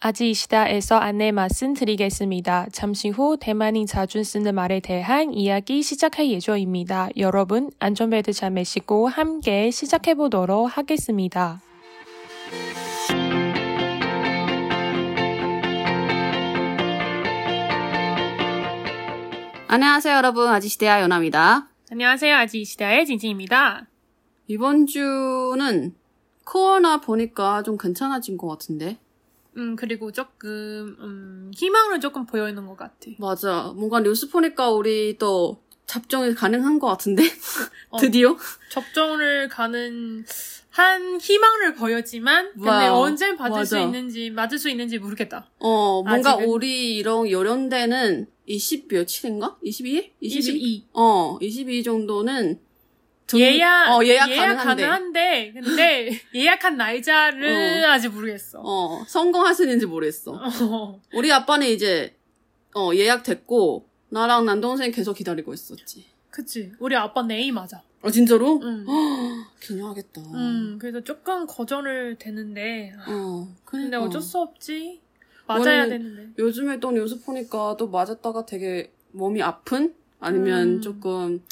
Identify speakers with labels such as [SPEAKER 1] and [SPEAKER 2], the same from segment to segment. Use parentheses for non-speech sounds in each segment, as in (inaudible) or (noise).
[SPEAKER 1] 아지이시다에서 안내 말씀드리겠습니다. 잠시 후 대만이 자주 쓰는 말에 대한 이야기 시작할 예정입니다. 여러분 안전벨트 잘 매시고 함께 시작해 보도록 하겠습니다.
[SPEAKER 2] 안녕하세요, 여러분. 아지시대야 연아입니다.
[SPEAKER 1] 안녕하세요. 아지이시다의 진진입니다.
[SPEAKER 2] 이번 주는 코로나 보니까 좀 괜찮아진 것 같은데.
[SPEAKER 1] 음 그리고 조금 음, 희망을 조금 보여있는 것 같아.
[SPEAKER 2] 맞아. 뭔가 뉴스 보니까 우리 또 접종이 가능한 것 같은데.
[SPEAKER 1] 어.
[SPEAKER 2] (laughs) 드디어.
[SPEAKER 1] 접종을 가는 한 희망을 보였지만 근데
[SPEAKER 2] 와우,
[SPEAKER 1] 언제 받을 수
[SPEAKER 2] 맞아.
[SPEAKER 1] 있는지 맞을 수 있는지 모르겠다.
[SPEAKER 2] 어, 뭔가
[SPEAKER 1] 아직은-
[SPEAKER 2] 우리 이런 요련대는 20 며칠인가? 22일? 22?
[SPEAKER 1] 22.
[SPEAKER 2] 어, 22 정도는 등-
[SPEAKER 1] 예약
[SPEAKER 2] 어, 예약, 가능한데.
[SPEAKER 1] 가능한데 근데
[SPEAKER 2] (laughs)
[SPEAKER 1] 예약한 날짜를
[SPEAKER 2] 어.
[SPEAKER 1] 아직 모르겠어.
[SPEAKER 2] 어, 성공하시는지 모르겠어.
[SPEAKER 1] 어.
[SPEAKER 2] 우리 아빠는 이제 어, 예약됐고 나랑 남동생 계속 기다리고 있었지.
[SPEAKER 1] 그치. 우리 아빠 네이 맞아.
[SPEAKER 2] 어, 진짜로?
[SPEAKER 1] 응.
[SPEAKER 2] 기념하겠다.
[SPEAKER 1] 음, 그래서 조금 거절을 되는데 아,
[SPEAKER 2] 어,
[SPEAKER 1] 근데
[SPEAKER 2] 그러니까.
[SPEAKER 1] 어쩔 수 없지. 맞아야
[SPEAKER 2] 원래는-
[SPEAKER 1] 되는데.
[SPEAKER 2] 요즘에 또 뉴스 보니까 또 맞았다가 되게 몸이 아픈 아니면
[SPEAKER 1] 음.
[SPEAKER 2] 조금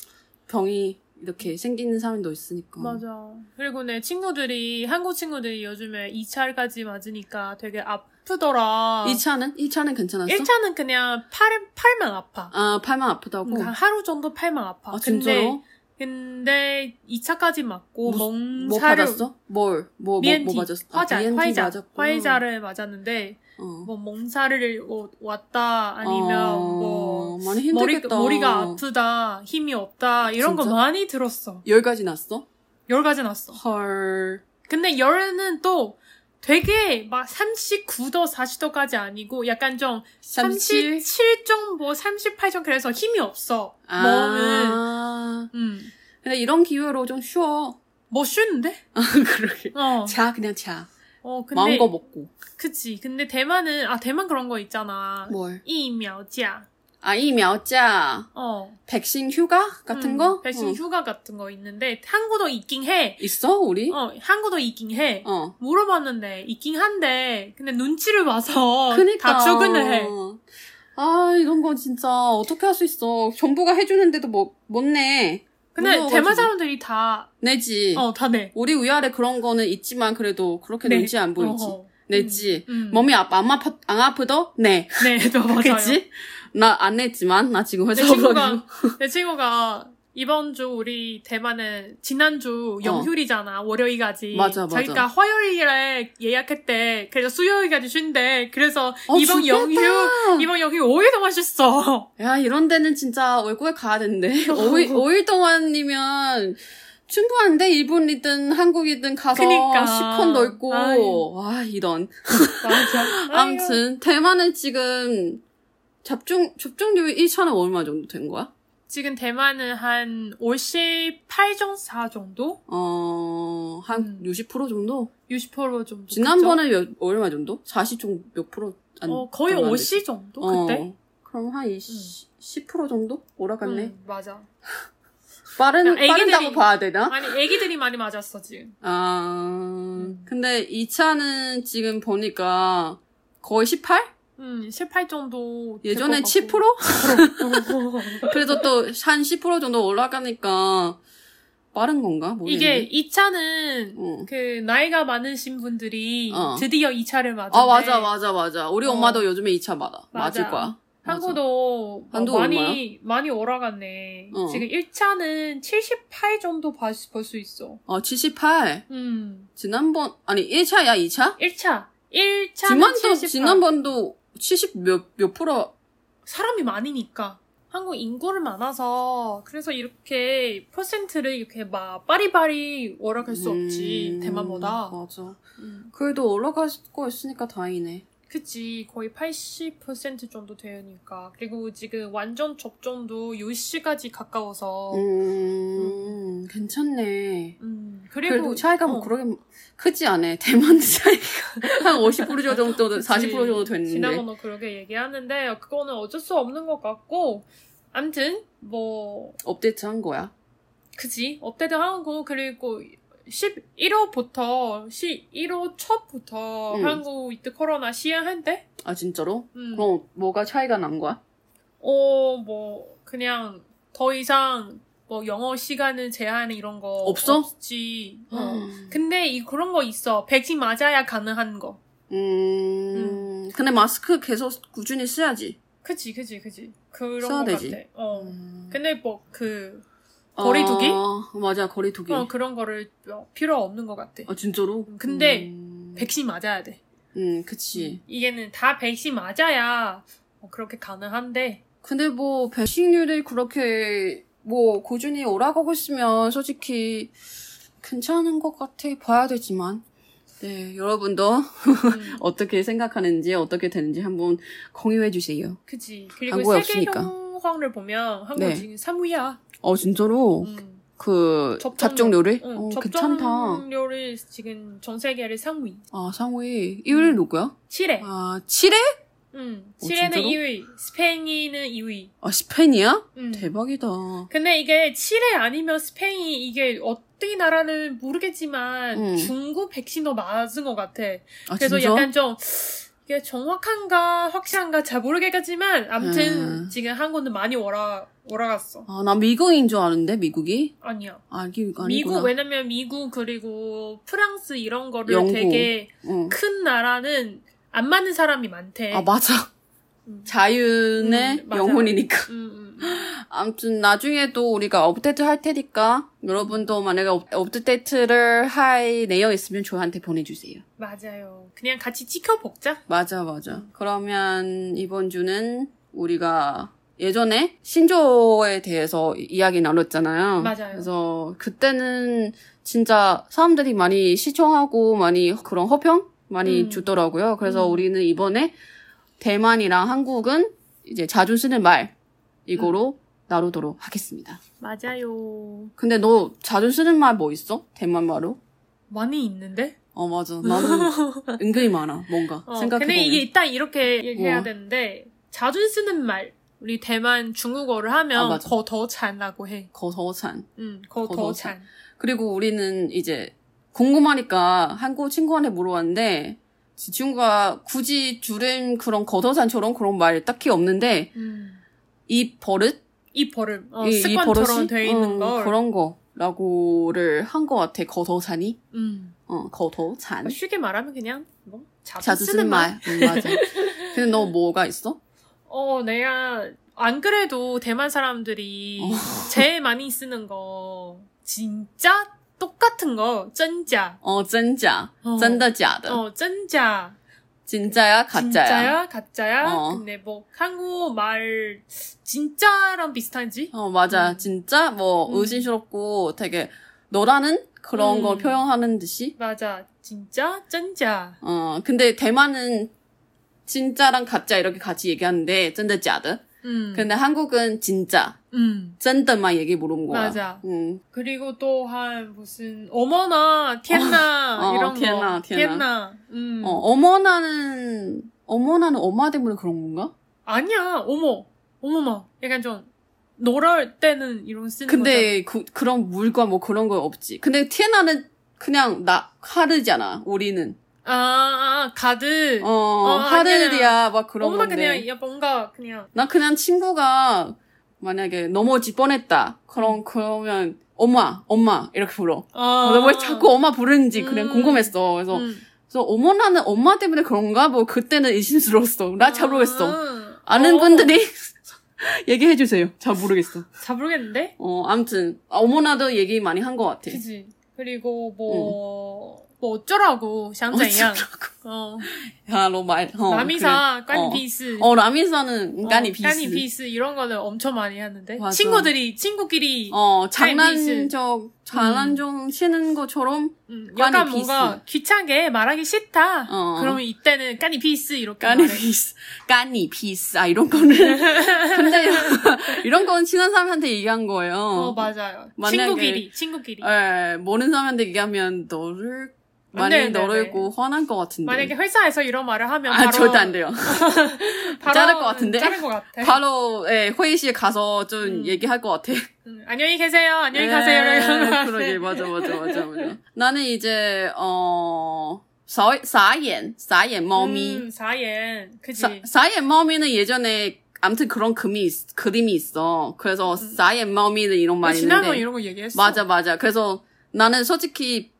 [SPEAKER 2] 병이 이렇게 생기는 사람도 있으니까.
[SPEAKER 1] 맞아. 그리고 내 친구들이 한국 친구들이 요즘에 2차까지 맞으니까 되게 아프더라.
[SPEAKER 2] 2차는? 2차는 괜찮았어?
[SPEAKER 1] 1차는 그냥 팔, 팔만 아파.
[SPEAKER 2] 아, 팔만 아프다고?
[SPEAKER 1] 그러니까 하루 정도 팔만 아파.
[SPEAKER 2] 아, 진짜로?
[SPEAKER 1] 근데, 근데 2차까지 맞고 멍
[SPEAKER 2] 뭐
[SPEAKER 1] 사료
[SPEAKER 2] 받았어? 뭘? 뭐, 뭐,
[SPEAKER 1] BNT
[SPEAKER 2] 뭐 맞았어? 아,
[SPEAKER 1] 화자
[SPEAKER 2] BNT
[SPEAKER 1] 화이자
[SPEAKER 2] 맞았고.
[SPEAKER 1] 화이자를 맞았는데
[SPEAKER 2] 어.
[SPEAKER 1] 뭐 멍살을 오- 왔다 아니면
[SPEAKER 2] 어,
[SPEAKER 1] 뭐
[SPEAKER 2] 많이
[SPEAKER 1] 머리,
[SPEAKER 2] 힘들겠다.
[SPEAKER 1] 머리가 아프다 힘이 없다 이런 거
[SPEAKER 2] 진짜?
[SPEAKER 1] 많이 들었어
[SPEAKER 2] 열까지 났어?
[SPEAKER 1] 열까지 났어
[SPEAKER 2] 헐.
[SPEAKER 1] 근데 열은 또 되게 막 39도 40도까지 아니고 약간 좀
[SPEAKER 2] 37?
[SPEAKER 1] 37정도 38정 그래서 힘이 없어 몸은
[SPEAKER 2] 아.
[SPEAKER 1] 음.
[SPEAKER 2] 근데 이런 기회로 좀 쉬어. (laughs)
[SPEAKER 1] 뭐 쉬는데?
[SPEAKER 2] 그러게.
[SPEAKER 1] 어.
[SPEAKER 2] 자, 그냥 자.
[SPEAKER 1] 어 근데
[SPEAKER 2] 마음껏 먹고.
[SPEAKER 1] 그치. 근데 대만은 아 대만 그런 거 있잖아.
[SPEAKER 2] 뭘?
[SPEAKER 1] 이苗자.
[SPEAKER 2] 아, 이苗자.
[SPEAKER 1] 어.
[SPEAKER 2] 백신 휴가 같은
[SPEAKER 1] 음,
[SPEAKER 2] 거?
[SPEAKER 1] 백신
[SPEAKER 2] 어.
[SPEAKER 1] 휴가 같은 거 있는데 한국도 있긴 해.
[SPEAKER 2] 있어, 우리?
[SPEAKER 1] 어, 한국도 있긴 해.
[SPEAKER 2] 어.
[SPEAKER 1] 물어봤는데 있긴 한데 근데 눈치를 봐서
[SPEAKER 2] (laughs) 그니까.
[SPEAKER 1] 어, 다 출근을 해.
[SPEAKER 2] 아, 이런 거 진짜 어떻게 할 수 있어. 정부가 해주는데도 뭐, 못 내.
[SPEAKER 1] 근데
[SPEAKER 2] 무서워가지고. 예.
[SPEAKER 1] 대만 사람들이 다
[SPEAKER 2] 내지.
[SPEAKER 1] 어, 다 내.
[SPEAKER 2] 우리 위아래 그런 거는 있지만 그래도 그렇게
[SPEAKER 1] 네.
[SPEAKER 2] 눈치 안 보이지.
[SPEAKER 1] 어허.
[SPEAKER 2] 내지.
[SPEAKER 1] 음, 음.
[SPEAKER 2] 몸이 아파, 안 아파, 안 아프더? 네.
[SPEAKER 1] 네,
[SPEAKER 2] (laughs)
[SPEAKER 1] 또 맞아요.
[SPEAKER 2] 그치? 나 안 냈지만, 나 지금
[SPEAKER 1] 내
[SPEAKER 2] 회사
[SPEAKER 1] 친구가 (laughs) 내 친구가 이번 주 우리 대만은 지난주
[SPEAKER 2] 어.
[SPEAKER 1] 영휴일이잖아 월요일까지
[SPEAKER 2] 맞아, 맞아.
[SPEAKER 1] 자기가 화요일에 예약했대 그래서 수요일까지 쉰대 그래서
[SPEAKER 2] 어,
[SPEAKER 1] 이번
[SPEAKER 2] 죽겠다.
[SPEAKER 1] 영휴 이번 영휴 5일 동안 쉬었어
[SPEAKER 2] 야, 이런 데는 진짜 외국에 가야 되는데.
[SPEAKER 1] (laughs)
[SPEAKER 2] (laughs) 5일, 5일 동안이면 충분한데? 일본이든 한국이든 가서
[SPEAKER 1] 그니까.
[SPEAKER 2] 시컨 넓고.
[SPEAKER 1] 아유.
[SPEAKER 2] 와, 이런.
[SPEAKER 1] 아무튼
[SPEAKER 2] 아무튼, 대만은 지금 접종, 접종률 1차는 얼마 정도 된 거야?
[SPEAKER 1] 지금 대만은 한 58.4 정도
[SPEAKER 2] 어, 한
[SPEAKER 1] 음.
[SPEAKER 2] 60% 정도?
[SPEAKER 1] 60% 정도
[SPEAKER 2] 지난번에 몇- 얼마 정도? 40몇 프로? 안
[SPEAKER 1] 그쵸? 어, 거의
[SPEAKER 2] 정도 안
[SPEAKER 1] 50 정도 그때
[SPEAKER 2] 어, 그럼 한 20, 10% 정도? 오락갔네.
[SPEAKER 1] 음, 맞아
[SPEAKER 2] 빠른,
[SPEAKER 1] 그냥
[SPEAKER 2] 빠른다고
[SPEAKER 1] 애기들이-
[SPEAKER 2] 봐야 되나?
[SPEAKER 1] 아니 애기들이 많이 맞았어 지금
[SPEAKER 2] 아, 근데 2차는 지금 보니까 거의 18?
[SPEAKER 1] 음18 정도 될것
[SPEAKER 2] 예전에
[SPEAKER 1] 같고.
[SPEAKER 2] 7%? 그래서 또 한 10% 정도 올라가니까 빠른 건가? 모르겠네.
[SPEAKER 1] (laughs) 이게 2차는
[SPEAKER 2] 어.
[SPEAKER 1] 그 나이가 많으신 분들이
[SPEAKER 2] 어.
[SPEAKER 1] 드디어 2차를 맞았네.
[SPEAKER 2] 아, 맞아, 맞아, 맞아. 우리
[SPEAKER 1] 어.
[SPEAKER 2] 엄마도 요즘에 2차 맞아. 맞을
[SPEAKER 1] 맞아.
[SPEAKER 2] 거야. 맞아.
[SPEAKER 1] 한국도 뭐
[SPEAKER 2] 한국은
[SPEAKER 1] 많이 많이 올라갔네.
[SPEAKER 2] 어.
[SPEAKER 1] 지금 1차는 78 정도 볼 수 있어.
[SPEAKER 2] 어, 78.
[SPEAKER 1] 음.
[SPEAKER 2] 지난번, 아니, 1차야, 2차?
[SPEAKER 1] 1차. 1차
[SPEAKER 2] 지난번, 지난번도 70 몇, 몇 프로,
[SPEAKER 1] 사람이 많으니까 한국 인구를 많아서 그래서 이렇게 퍼센트를 이렇게 막 빠리빠리 올라갈 수 없지
[SPEAKER 2] 음,
[SPEAKER 1] 대만보다.
[SPEAKER 2] 맞아.
[SPEAKER 1] 음.
[SPEAKER 2] 그래도 올라갈 거 있으니까 다행이네.
[SPEAKER 1] 그치 거의 80% 정도 되니까 그리고 지금 완전 접종도 10시까지 가까워서 음.
[SPEAKER 2] 음, 괜찮네.
[SPEAKER 1] 그리고
[SPEAKER 2] 그래도 차이가 뭐
[SPEAKER 1] 어,
[SPEAKER 2] 그렇게 크지 않아. (laughs) 대만 차이가 한 50% 정도,
[SPEAKER 1] 그치.
[SPEAKER 2] 40% 정도 됐는데.
[SPEAKER 1] 지난번에 그렇게 얘기하는데 그거는 어쩔 수 없는 것 같고 암튼 뭐
[SPEAKER 2] 업데이트 한 거야.
[SPEAKER 1] 그지 업데이트 하고 그리고 11호부터 11호 첫부터
[SPEAKER 2] 음.
[SPEAKER 1] 한국 이때 코로나 시행한대.
[SPEAKER 2] 아 진짜로?
[SPEAKER 1] 음.
[SPEAKER 2] 그럼 뭐가 차이가 난 거야?
[SPEAKER 1] 어, 뭐 그냥 더 이상 뭐 영어 시간은 제한 이런 거
[SPEAKER 2] 없어? 음.
[SPEAKER 1] 없지. 어. 근데 이 그런 거 있어. 백신 맞아야 가능한 거.
[SPEAKER 2] 음, 근데 마스크 계속 꾸준히 써야지.
[SPEAKER 1] 그지, 그지, 그지. 그런 거
[SPEAKER 2] 써야 되지.
[SPEAKER 1] 같아. 어.
[SPEAKER 2] 음.
[SPEAKER 1] 근데 뭐 그 거리 두기?
[SPEAKER 2] 어, 맞아 거리 두기.
[SPEAKER 1] 어, 그런 거를 어, 필요 없는 것 같아.
[SPEAKER 2] 아 진짜로?
[SPEAKER 1] 근데
[SPEAKER 2] 음,
[SPEAKER 1] 백신 맞아야 돼.
[SPEAKER 2] 음 그치.
[SPEAKER 1] 이게는 다 백신 맞아야 어, 그렇게 가능한데.
[SPEAKER 2] 근데 뭐 배식률이 그렇게 뭐 꾸준히 오라가고 있으면 솔직히 괜찮은 것 같아 봐야 되지만. 네 여러분도
[SPEAKER 1] 음,
[SPEAKER 2] 어떻게 생각하는지 어떻게 되는지 한번 공유해 주세요.
[SPEAKER 1] (laughs) 그지. 그리고
[SPEAKER 2] 한국에
[SPEAKER 1] 세계
[SPEAKER 2] 없으니까.
[SPEAKER 1] 경황을 보면 한국
[SPEAKER 2] 네.
[SPEAKER 1] 지금 3위야.
[SPEAKER 2] 어 진짜로
[SPEAKER 1] 음,
[SPEAKER 2] 그 접종률이?
[SPEAKER 1] 응,
[SPEAKER 2] 어, 괜찮다.
[SPEAKER 1] 접종률이 지금 전 세계를 3위.
[SPEAKER 2] 아 상위 1위 누구야?
[SPEAKER 1] 칠레.
[SPEAKER 2] 아 칠레?
[SPEAKER 1] 음,
[SPEAKER 2] 어,
[SPEAKER 1] 칠레는
[SPEAKER 2] 진짜로?
[SPEAKER 1] 2위, 스페인은 2위.
[SPEAKER 2] 아 스페인이야?
[SPEAKER 1] 음.
[SPEAKER 2] 대박이다. 아,
[SPEAKER 1] 근데 이게 칠레 아니면 스페인이 이게 어떤 나라는 모르겠지만
[SPEAKER 2] 음.
[SPEAKER 1] 중국 백신도 맞은 것 같아.
[SPEAKER 2] 아
[SPEAKER 1] 그래서
[SPEAKER 2] 진짜?
[SPEAKER 1] 약간 좀 이게 정확한가 확실한가 잘 모르겠지만 아무튼
[SPEAKER 2] 음.
[SPEAKER 1] 지금 한국은 많이 오라 오라갔어.
[SPEAKER 2] 아, 나 미국인 줄 아는데, 미국이?
[SPEAKER 1] 아니야.
[SPEAKER 2] 아, 기 아니구나.
[SPEAKER 1] 미국 왜냐면 미국 그리고 프랑스 이런 거를
[SPEAKER 2] 영국.
[SPEAKER 1] 되게
[SPEAKER 2] 응.
[SPEAKER 1] 큰 나라는 안 맞는 사람이 많대.
[SPEAKER 2] 아, 맞아.
[SPEAKER 1] 음.
[SPEAKER 2] 자윤의
[SPEAKER 1] 음, 맞아.
[SPEAKER 2] 영혼이니까.
[SPEAKER 1] 음, 음.
[SPEAKER 2] 아무튼, 나중에도 우리가 업데이트 할 테니까, 여러분도 만약에 업, 업데이트를 할 내용 있으면 저한테 보내주세요.
[SPEAKER 1] 맞아요. 그냥 같이 지켜보자.
[SPEAKER 2] 맞아, 맞아. 그러면, 이번 주는 우리가 예전에 신조어에 대해서 이야기 나눴잖아요.
[SPEAKER 1] 맞아요.
[SPEAKER 2] 그래서, 그때는 진짜 사람들이 많이 시청하고, 많이 그런 허평? 많이
[SPEAKER 1] 음.
[SPEAKER 2] 주더라고요. 그래서
[SPEAKER 1] 음.
[SPEAKER 2] 우리는 이번에 대만이랑 한국은 이제 자주 쓰는 말,
[SPEAKER 1] 음.
[SPEAKER 2] 이거로 나누도록 하겠습니다.
[SPEAKER 1] 맞아요.
[SPEAKER 2] 근데 너 자주 쓰는 말 뭐 있어? 대만 말로?
[SPEAKER 1] 많이 있는데?
[SPEAKER 2] 어, 맞아.
[SPEAKER 1] (laughs)
[SPEAKER 2] 나는 은근히 많아, 뭔가.
[SPEAKER 1] 어,
[SPEAKER 2] 생각해보면.
[SPEAKER 1] 근데 이게 일단 이렇게 얘기해야
[SPEAKER 2] 어.
[SPEAKER 1] 되는데 자주 쓰는 말 우리 대만 중국어를 하면
[SPEAKER 2] 아, 맞아.
[SPEAKER 1] 거더 잔라고 해.
[SPEAKER 2] 거서찬.
[SPEAKER 1] 응, 거더
[SPEAKER 2] 거더잔.
[SPEAKER 1] 잔.
[SPEAKER 2] 그리고 우리는 이제 궁금하니까 한국 친구한테 물어봤는데 지 친구가 굳이 줄은 그런 거더산처럼 그런 말 딱히 없는데
[SPEAKER 1] 음.
[SPEAKER 2] 이 버릇
[SPEAKER 1] 이 버릇, 어,
[SPEAKER 2] 이, 이
[SPEAKER 1] 습관처럼
[SPEAKER 2] 버릇이?
[SPEAKER 1] 돼 있는
[SPEAKER 2] 음,
[SPEAKER 1] 걸.
[SPEAKER 2] 그런 거라고를 한 것 같아 거더산이
[SPEAKER 1] 음.
[SPEAKER 2] 어 거더산
[SPEAKER 1] 쉽게 말하면 그냥 뭐 자주,
[SPEAKER 2] 자주 쓰는 말 음, 맞아 근데 너 뭐가 있어
[SPEAKER 1] 어, 내가 안 그래도 대만 사람들이
[SPEAKER 2] 어.
[SPEAKER 1] 제일 많이 쓰는 거 진짜 똑같은 거 쩐자.
[SPEAKER 2] 어 진짜
[SPEAKER 1] 어.
[SPEAKER 2] 진짜假的
[SPEAKER 1] 어, 쩐자.
[SPEAKER 2] 진짜야 가짜야
[SPEAKER 1] 진짜야, 가짜야.
[SPEAKER 2] 어.
[SPEAKER 1] 근데 뭐 한국 말 진짜랑 비슷한지?
[SPEAKER 2] 어 맞아
[SPEAKER 1] 음.
[SPEAKER 2] 진짜 뭐
[SPEAKER 1] 음.
[SPEAKER 2] 의심스럽고 되게 너라는 그런
[SPEAKER 1] 음.
[SPEAKER 2] 걸 표현하는 듯이
[SPEAKER 1] 맞아. 진짜, 쩐자.
[SPEAKER 2] 어, 근데 대만은 진짜랑 가짜 이렇게 같이 얘기하는데, 쩐다 짜드.
[SPEAKER 1] 음.
[SPEAKER 2] 근데 한국은 진짜,
[SPEAKER 1] 음.
[SPEAKER 2] 쩐다만 얘기 모르는 거야.
[SPEAKER 1] 맞아.
[SPEAKER 2] 음,
[SPEAKER 1] 그리고 또 한 무슨 어머나 티엔나
[SPEAKER 2] 어, 어,
[SPEAKER 1] 이런
[SPEAKER 2] 티엔나,
[SPEAKER 1] 거
[SPEAKER 2] 티엔나.
[SPEAKER 1] 음.
[SPEAKER 2] 어, 어머나는, 어머나는 엄마 때문에 그런 건가?
[SPEAKER 1] 아니야 어머 어머마 약간 좀 놀랄 때는 이런 쓰는
[SPEAKER 2] 근데 그, 그런 물과 뭐 그런 거 없지. 근데 티에나는 그냥 나, 하르잖아, 우리는.
[SPEAKER 1] 거잖아 아, 아 가드
[SPEAKER 2] 어,
[SPEAKER 1] 아니야.
[SPEAKER 2] 하르디야, 막 그런
[SPEAKER 1] 어머나
[SPEAKER 2] 건데.
[SPEAKER 1] 그냥 야 뭔가 그냥
[SPEAKER 2] 나 그냥 친구가 만약에 넘어질 뻔했다. 그럼,
[SPEAKER 1] 음.
[SPEAKER 2] 그러면, 엄마, 엄마, 이렇게 불러.
[SPEAKER 1] 아,
[SPEAKER 2] 뭐 왜 자꾸 엄마 부르는지 그냥
[SPEAKER 1] 음.
[SPEAKER 2] 궁금했어. 그래서,
[SPEAKER 1] 음.
[SPEAKER 2] 그래서 어머나는 엄마 때문에 그런가? 뭐 그때는 의심스러웠어. 나 잘 모르겠어.
[SPEAKER 1] 아.
[SPEAKER 2] 아는
[SPEAKER 1] 어,
[SPEAKER 2] 분들이 (laughs) 얘기해 주세요. 잘 모르겠어.
[SPEAKER 1] 잘 모르겠는데
[SPEAKER 2] 어, 아무튼 아, 어머나도 얘기 많이 한 것 같아.
[SPEAKER 1] 그지 그리고 뭐, 뭐 어쩌라고 샹자이양 어,
[SPEAKER 2] 야, 너 말. 어,
[SPEAKER 1] 남이사
[SPEAKER 2] 그래. 어.
[SPEAKER 1] 깐피스
[SPEAKER 2] 어, 라미사는 까니 비스.
[SPEAKER 1] 까니 비스 이런 거는 엄청 많이 하는데
[SPEAKER 2] 맞아.
[SPEAKER 1] 친구들이 친구끼리
[SPEAKER 2] 어,
[SPEAKER 1] 비스.
[SPEAKER 2] 장난적, 장난 좀 치는 것처럼
[SPEAKER 1] 음,
[SPEAKER 2] 까니
[SPEAKER 1] 약간
[SPEAKER 2] 비스.
[SPEAKER 1] 뭔가 귀찮게 말하기 싫다.
[SPEAKER 2] 어.
[SPEAKER 1] 그러면 이때는 까니 비스 이렇게
[SPEAKER 2] 까니
[SPEAKER 1] 말해.
[SPEAKER 2] 비스, 까니 비스, 아
[SPEAKER 1] (laughs)
[SPEAKER 2] 이런 거는 근데 (laughs) 이런 건 친한 사람한테 얘기한 거예요.
[SPEAKER 1] 어 맞아요.
[SPEAKER 2] 만약에- 아,
[SPEAKER 1] 친구끼리 친구끼리.
[SPEAKER 2] 예, 모르는 사람한테 얘기하면 너를 많이
[SPEAKER 1] 네, 네,
[SPEAKER 2] 널어있고 화난 것 같은데.
[SPEAKER 1] 만약에 회사에서 이런 말을 하면
[SPEAKER 2] 네. 아
[SPEAKER 1] 바로
[SPEAKER 2] 절대 안 돼요.
[SPEAKER 1] 바로
[SPEAKER 2] 자를 것 같은데?
[SPEAKER 1] 자를 것 같아.
[SPEAKER 2] 바로 예, 회의실 가서 좀
[SPEAKER 1] 네. 음.
[SPEAKER 2] 얘기할
[SPEAKER 1] (laughs)
[SPEAKER 2] 것 같아.
[SPEAKER 1] 음, 안녕히 계세요. 안녕히
[SPEAKER 2] 예,
[SPEAKER 1] 가세요. 이런 거
[SPEAKER 2] 그러게 뭐,
[SPEAKER 1] 같아.
[SPEAKER 2] 맞아 맞아 맞아 맞아. 나는 이제 어 사- 사이엔 사이엔 머미
[SPEAKER 1] 음, 네. 사옌. 그지.
[SPEAKER 2] 사- 사이엔 머미는 예전에 아무튼 그런 금이 있- 그림이 있어. 그래서 사이엔 머미는 이런 말이
[SPEAKER 1] 음. 아, 지난번
[SPEAKER 2] 있는데
[SPEAKER 1] 이런 거 얘기했어.
[SPEAKER 2] 맞아 맞아. 그래서 나는 솔직히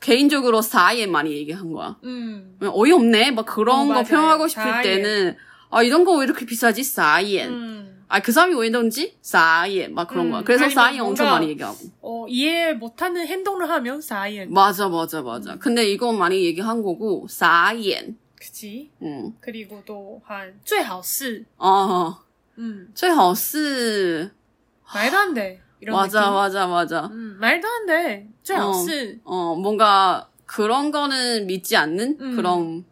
[SPEAKER 2] 개인적으로 사이엔 많이 얘기한 거야.
[SPEAKER 1] 음.
[SPEAKER 2] 어이없네 막 그런
[SPEAKER 1] 어,
[SPEAKER 2] 거
[SPEAKER 1] 맞아요.
[SPEAKER 2] 표현하고 싶을
[SPEAKER 1] 사이엔.
[SPEAKER 2] 때는 아 이런 거 왜 이렇게 비싸지 사이엔.
[SPEAKER 1] 음.
[SPEAKER 2] 아 그 사람이 왜 이런지 사이엔 막 그런
[SPEAKER 1] 음,
[SPEAKER 2] 거야. 그래서
[SPEAKER 1] 아니면
[SPEAKER 2] 사이엔 엄청
[SPEAKER 1] 뭔가-
[SPEAKER 2] 많이 얘기하고.
[SPEAKER 1] 어, 이해 못하는 행동을 하면 사옌.
[SPEAKER 2] 맞아, 맞아,
[SPEAKER 1] 음.
[SPEAKER 2] 맞아. 근데 이건 많이 얘기한 거고, 사이엔.
[SPEAKER 1] 그지.
[SPEAKER 2] 음.
[SPEAKER 1] 그리고 또한 最好是
[SPEAKER 2] 어,
[SPEAKER 1] 음.
[SPEAKER 2] 最好是.
[SPEAKER 1] 말도 안 돼. 이런
[SPEAKER 2] 맞아,
[SPEAKER 1] 느낌.
[SPEAKER 2] 맞아, 맞아.
[SPEAKER 1] 음, 말도 안 돼. 最好是
[SPEAKER 2] 어, 뭔가 그런 거는 믿지 않는
[SPEAKER 1] 음.
[SPEAKER 2] 그런.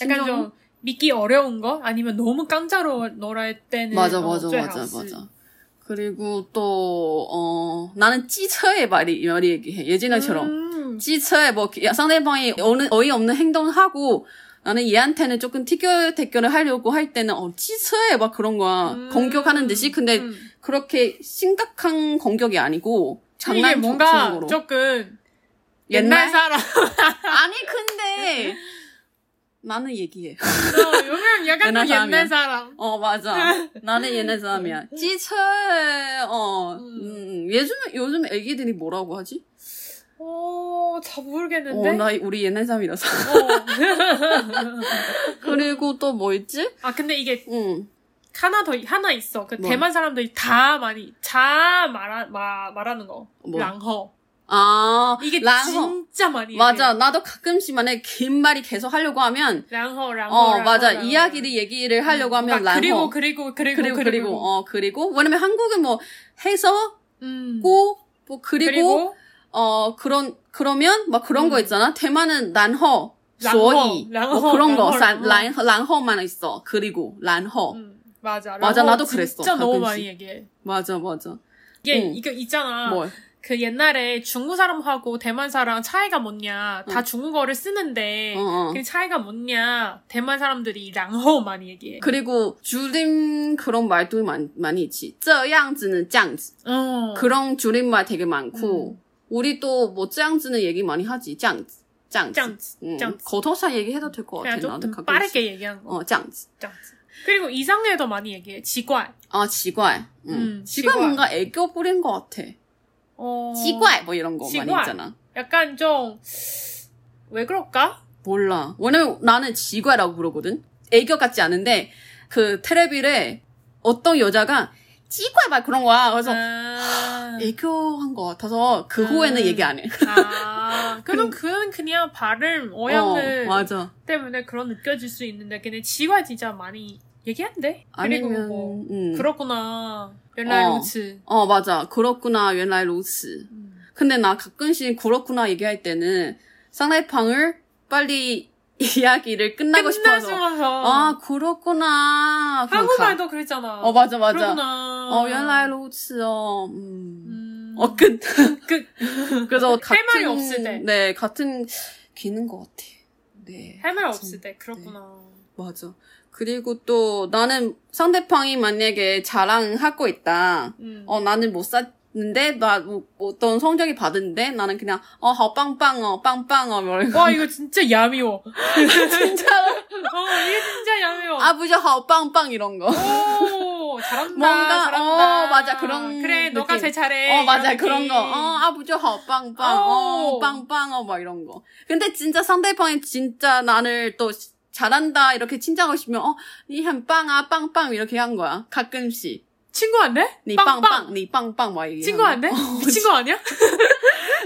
[SPEAKER 1] 약간
[SPEAKER 2] 심정?
[SPEAKER 1] 좀 믿기 어려운 거 아니면 너무 깡자로 놀할 때는
[SPEAKER 2] 맞아,
[SPEAKER 1] 어,
[SPEAKER 2] 맞아,
[SPEAKER 1] 좀
[SPEAKER 2] 맞아,
[SPEAKER 1] 알았어.
[SPEAKER 2] 맞아. 그리고 또, 어, 나는 찌처의 말이, 말이 얘기해. 예진아처럼.
[SPEAKER 1] 음,
[SPEAKER 2] 찌처에 뭐 기- 상대방이 어느 어이없는 행동을 하고 나는 얘한테는 조금 티격 대결을 하려고 할 때는 어 찌처에 막 그런 거야
[SPEAKER 1] 음,
[SPEAKER 2] 어, 공격하는 듯이 근데
[SPEAKER 1] 음.
[SPEAKER 2] 그렇게 심각한 공격이 아니고
[SPEAKER 1] 이게
[SPEAKER 2] 장난
[SPEAKER 1] 뭔가
[SPEAKER 2] 정도로
[SPEAKER 1] 조금
[SPEAKER 2] 옛날?
[SPEAKER 1] 옛날 사람
[SPEAKER 2] (laughs) 아니 근데 나는 얘기해
[SPEAKER 1] 어, 요명
[SPEAKER 2] (laughs)
[SPEAKER 1] 약간
[SPEAKER 2] 옛날
[SPEAKER 1] 옛날,
[SPEAKER 2] 사람이야.
[SPEAKER 1] 옛날 사람
[SPEAKER 2] 어 맞아 나는 옛날 사람이야 찌처에 어 음, 요즘 요즘 애기들이 뭐라고 하지
[SPEAKER 1] 어, 오잘 모르겠는데 어.
[SPEAKER 2] 어나 우리 옛날 사람이라서
[SPEAKER 1] 음.
[SPEAKER 2] 그리고 또 뭐 있지
[SPEAKER 1] 아 근데 이게
[SPEAKER 2] 음
[SPEAKER 1] 하나 더 하나 있어 그
[SPEAKER 2] 뭐야?
[SPEAKER 1] 대만 사람들이 다 많이 자 말하 마, 말하는 거
[SPEAKER 2] 뭐?
[SPEAKER 1] 랑허
[SPEAKER 2] 아,
[SPEAKER 1] 이게
[SPEAKER 2] 랑허.
[SPEAKER 1] 진짜 많이
[SPEAKER 2] 맞아.
[SPEAKER 1] 얘기해.
[SPEAKER 2] 나도 가끔씩 만약에 긴 말이 계속 하려고 하면,
[SPEAKER 1] 랑허 랑허
[SPEAKER 2] 어,
[SPEAKER 1] 랑허,
[SPEAKER 2] 맞아.
[SPEAKER 1] 랑허.
[SPEAKER 2] 이야기를 얘기를 하려고
[SPEAKER 1] 막
[SPEAKER 2] 하면 랑허.
[SPEAKER 1] 음. 그러니까 아, 그리고 그리고 그리고
[SPEAKER 2] 그리고, 그리고, 어, 그리고. 왜냐면 한국은 뭐, 해서,
[SPEAKER 1] 음.
[SPEAKER 2] 고, 뭐, 그리고, 어, 그런, 그러면, 막 그런
[SPEAKER 1] 음.
[SPEAKER 2] 거 있잖아. 대만은 난허,
[SPEAKER 1] 랑허,
[SPEAKER 2] 소이,
[SPEAKER 1] 랑허,
[SPEAKER 2] 뭐 그런 거.
[SPEAKER 1] 랑허,
[SPEAKER 2] 산-
[SPEAKER 1] 랑허.
[SPEAKER 2] 란, 란허만 있어. 그리고, 란허.
[SPEAKER 1] 음, 맞아.
[SPEAKER 2] 어. 맞아,
[SPEAKER 1] 라고
[SPEAKER 2] 나도 그랬어,
[SPEAKER 1] 진짜 너무
[SPEAKER 2] 가끔씩.
[SPEAKER 1] 많이 얘기해.
[SPEAKER 2] 맞아, 맞아.
[SPEAKER 1] 이게
[SPEAKER 2] 응. 뭐?
[SPEAKER 1] 이거 있잖아.
[SPEAKER 2] 뭘.
[SPEAKER 1] 그 옛날에 중국 사람하고 대만 사람 차이가 뭐냐. 다 중국어를 쓰는데
[SPEAKER 2] 어, 어.
[SPEAKER 1] 그 차이가 뭐냐. 대만 사람들이 랑허 많이 얘기해.
[SPEAKER 2] 그리고, 줄임 그런 말도 많, 많이 있지. 这样子는 这样子.
[SPEAKER 1] 어.
[SPEAKER 2] 그런 줄임말 되게
[SPEAKER 1] 음.
[SPEAKER 2] 많고 우리 또뭐 这样子는 얘기 많이 하지 这样子这样子
[SPEAKER 1] 짱지.
[SPEAKER 2] 음,
[SPEAKER 1] 짱지.
[SPEAKER 2] 거토사 얘기해도 될 것 같아
[SPEAKER 1] 그냥
[SPEAKER 2] 나도
[SPEAKER 1] 조금
[SPEAKER 2] 가끔
[SPEAKER 1] 빠르게 얘기한 거.
[SPEAKER 2] 어这样子
[SPEAKER 1] 짱지. 그리고 이상해도 많이 얘기해. 지怪.
[SPEAKER 2] 아 지怪음,
[SPEAKER 1] 음,
[SPEAKER 2] 지怪
[SPEAKER 1] 지怪.
[SPEAKER 2] 뭔가 애교 뿌린 것 같아
[SPEAKER 1] 어.
[SPEAKER 2] 지怪뭐 이런 거 많이
[SPEAKER 1] 지怪.
[SPEAKER 2] 있잖아
[SPEAKER 1] 약간 좀, 왜 그럴까?
[SPEAKER 2] 몰라 왜냐면 나는 지怪라고 부르거든 애교 같지 않은데 그 테레비에 어떤 여자가 지怪막 그런 거야 그래서
[SPEAKER 1] 아.
[SPEAKER 2] 애교한 것 같아서 그
[SPEAKER 1] 음.
[SPEAKER 2] 후에는 얘기 안해
[SPEAKER 1] 아, 그럼 그건 그냥 발음,
[SPEAKER 2] 음. 어,
[SPEAKER 1] 어양을
[SPEAKER 2] 맞아
[SPEAKER 1] 때문에 그런 느껴질 수 있는데 걔네 지가 진짜 많이 얘기한대. 그리고
[SPEAKER 2] 아니면
[SPEAKER 1] 뭐
[SPEAKER 2] 음.
[SPEAKER 1] 그렇구나. 옛날
[SPEAKER 2] 어.
[SPEAKER 1] 루츠.
[SPEAKER 2] 어, 맞아. 그렇구나. 原来如此
[SPEAKER 1] 음.
[SPEAKER 2] 근데 나 가끔씩 그렇구나 얘기할 때는 상대방을 빨리 (laughs) 이야기를 끝나고 싶어서.
[SPEAKER 1] 끝나주면서
[SPEAKER 2] 아, 그렇구나. 그럼 가.
[SPEAKER 1] 한국말도 그랬잖아.
[SPEAKER 2] 어, 맞아, 맞아.
[SPEAKER 1] 그렇구나.
[SPEAKER 2] 어, 原来如此哦. 음.
[SPEAKER 1] 음,
[SPEAKER 2] 어, 끝.
[SPEAKER 1] (laughs) 끝.
[SPEAKER 2] (laughs) 그래서 같은.
[SPEAKER 1] 할 말이 없을 때.
[SPEAKER 2] 네, 같은 기는 것 같아. 네.
[SPEAKER 1] 할 말
[SPEAKER 2] 같은-
[SPEAKER 1] 없을 때 그렇구나.
[SPEAKER 2] 맞아. 그리고 또 나는 상대방이 만약에 자랑하고 있다.
[SPEAKER 1] 음.
[SPEAKER 2] 어, 나는 못 샀는데, 나 뭐, 뭐 어떤 성적이 받은데, 나는 그냥, 어, 어, 빵빵, 어, 빵빵, 어, 뭐, 이거.
[SPEAKER 1] 와 이거 진짜 야미워. 어
[SPEAKER 2] 진짜로.
[SPEAKER 1] 이게 진짜 야미워.
[SPEAKER 2] 아, 부자, 어, 빵빵, 이런 거.
[SPEAKER 1] 오 잘한다.
[SPEAKER 2] 뭔가,
[SPEAKER 1] 잘한다.
[SPEAKER 2] 어, 맞아, 그런
[SPEAKER 1] 그래 너가
[SPEAKER 2] 느낌.
[SPEAKER 1] 제일 잘해.
[SPEAKER 2] 어, 맞아,
[SPEAKER 1] 이런
[SPEAKER 2] 그런 거.
[SPEAKER 1] 느낌.
[SPEAKER 2] 어, 아, 부자, 어, 빵빵, 어,
[SPEAKER 1] 네, 오.
[SPEAKER 2] 빵빵, 어, 막 이런 거. 근데 진짜 상대방이 진짜 나를 또, 시- 잘한다, 이렇게 칭찬하고 싶으면, 어, 니한 빵아, 빵빵, 이렇게 한 거야. 가끔씩.
[SPEAKER 1] 친구 안 돼?
[SPEAKER 2] 니
[SPEAKER 1] 빵빵.
[SPEAKER 2] 빵빵, 어, 니 빵빵, 막 이게.
[SPEAKER 1] 친구 안 돼? 미친 거 아니야?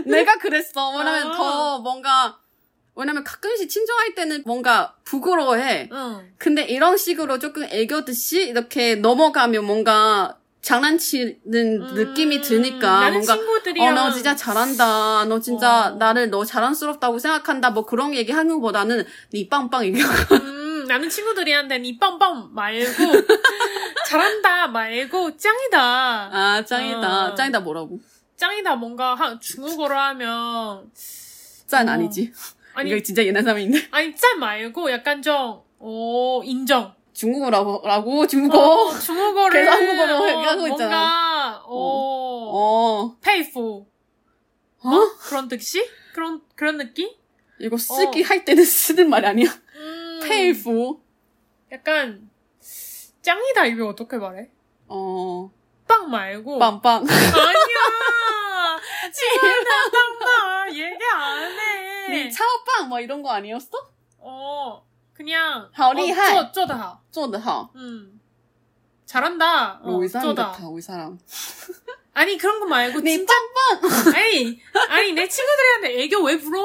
[SPEAKER 2] 내가 그랬어. 왜냐면
[SPEAKER 1] 아.
[SPEAKER 2] 더 뭔가, 왜냐면 가끔씩 친정할 때는 뭔가 부끄러워해.
[SPEAKER 1] 응.
[SPEAKER 2] 근데 이런 식으로 조금 애교듯이 이렇게 넘어가면 뭔가 장난치는 느낌이 드니까
[SPEAKER 1] 음, 나는
[SPEAKER 2] 뭔가
[SPEAKER 1] 친구들이랑
[SPEAKER 2] 어, 너 진짜 잘한다. 너 진짜
[SPEAKER 1] 어.
[SPEAKER 2] 나를 너 자랑스럽다고 생각한다. 뭐 그런 얘기 하는 것보다는 니 빵빵 얘기.
[SPEAKER 1] 음, 나는 친구들이한테 니 빵빵 말고 (laughs) 잘한다 말고 짱이다.
[SPEAKER 2] 아, 짱이다.
[SPEAKER 1] 어.
[SPEAKER 2] 짱이다 뭐라고?
[SPEAKER 1] 짱이다 뭔가 한 중국어로 하면
[SPEAKER 2] 짠
[SPEAKER 1] 어.
[SPEAKER 2] 아니지.
[SPEAKER 1] 아니,
[SPEAKER 2] 이거 진짜 옛날 사람인데. (laughs)
[SPEAKER 1] 아니 짠 말고 약간 좀 어, 인정.
[SPEAKER 2] 중국어라고, 라고,
[SPEAKER 1] 어,
[SPEAKER 2] 중국어.
[SPEAKER 1] 중국어를
[SPEAKER 2] 뭐? 계속 한국어로 하고
[SPEAKER 1] 뭔가
[SPEAKER 2] 있잖아.
[SPEAKER 1] 어,
[SPEAKER 2] 어.
[SPEAKER 1] 페이포
[SPEAKER 2] 어?
[SPEAKER 1] 그런 뜻이 그런 그런 느낌?
[SPEAKER 2] 이거 쓰기 할 때는 쓰는 말 아니야?
[SPEAKER 1] 어. 음,
[SPEAKER 2] 페이프.
[SPEAKER 1] 약간 짱이다 이거 어떻게 말해?
[SPEAKER 2] 어.
[SPEAKER 1] 빵 말고
[SPEAKER 2] 빵빵.
[SPEAKER 1] 아니야 지금
[SPEAKER 2] (laughs)
[SPEAKER 1] 나빵빵 얘기 안해
[SPEAKER 2] 네. 차오빵 뭐 이런 거 아니었어?
[SPEAKER 1] 어 그냥
[SPEAKER 2] 好厉害。
[SPEAKER 1] 어, 쪼, 쪼다
[SPEAKER 2] 做得好.
[SPEAKER 1] 음 잘한다 어,
[SPEAKER 2] 오, 이 사람
[SPEAKER 1] 쪼다.
[SPEAKER 2] 같아, 오이 사람.
[SPEAKER 1] 아니 그런 거 말고
[SPEAKER 2] 네,
[SPEAKER 1] 진짜 아니 아니 내 친구들한테 애교 왜 부러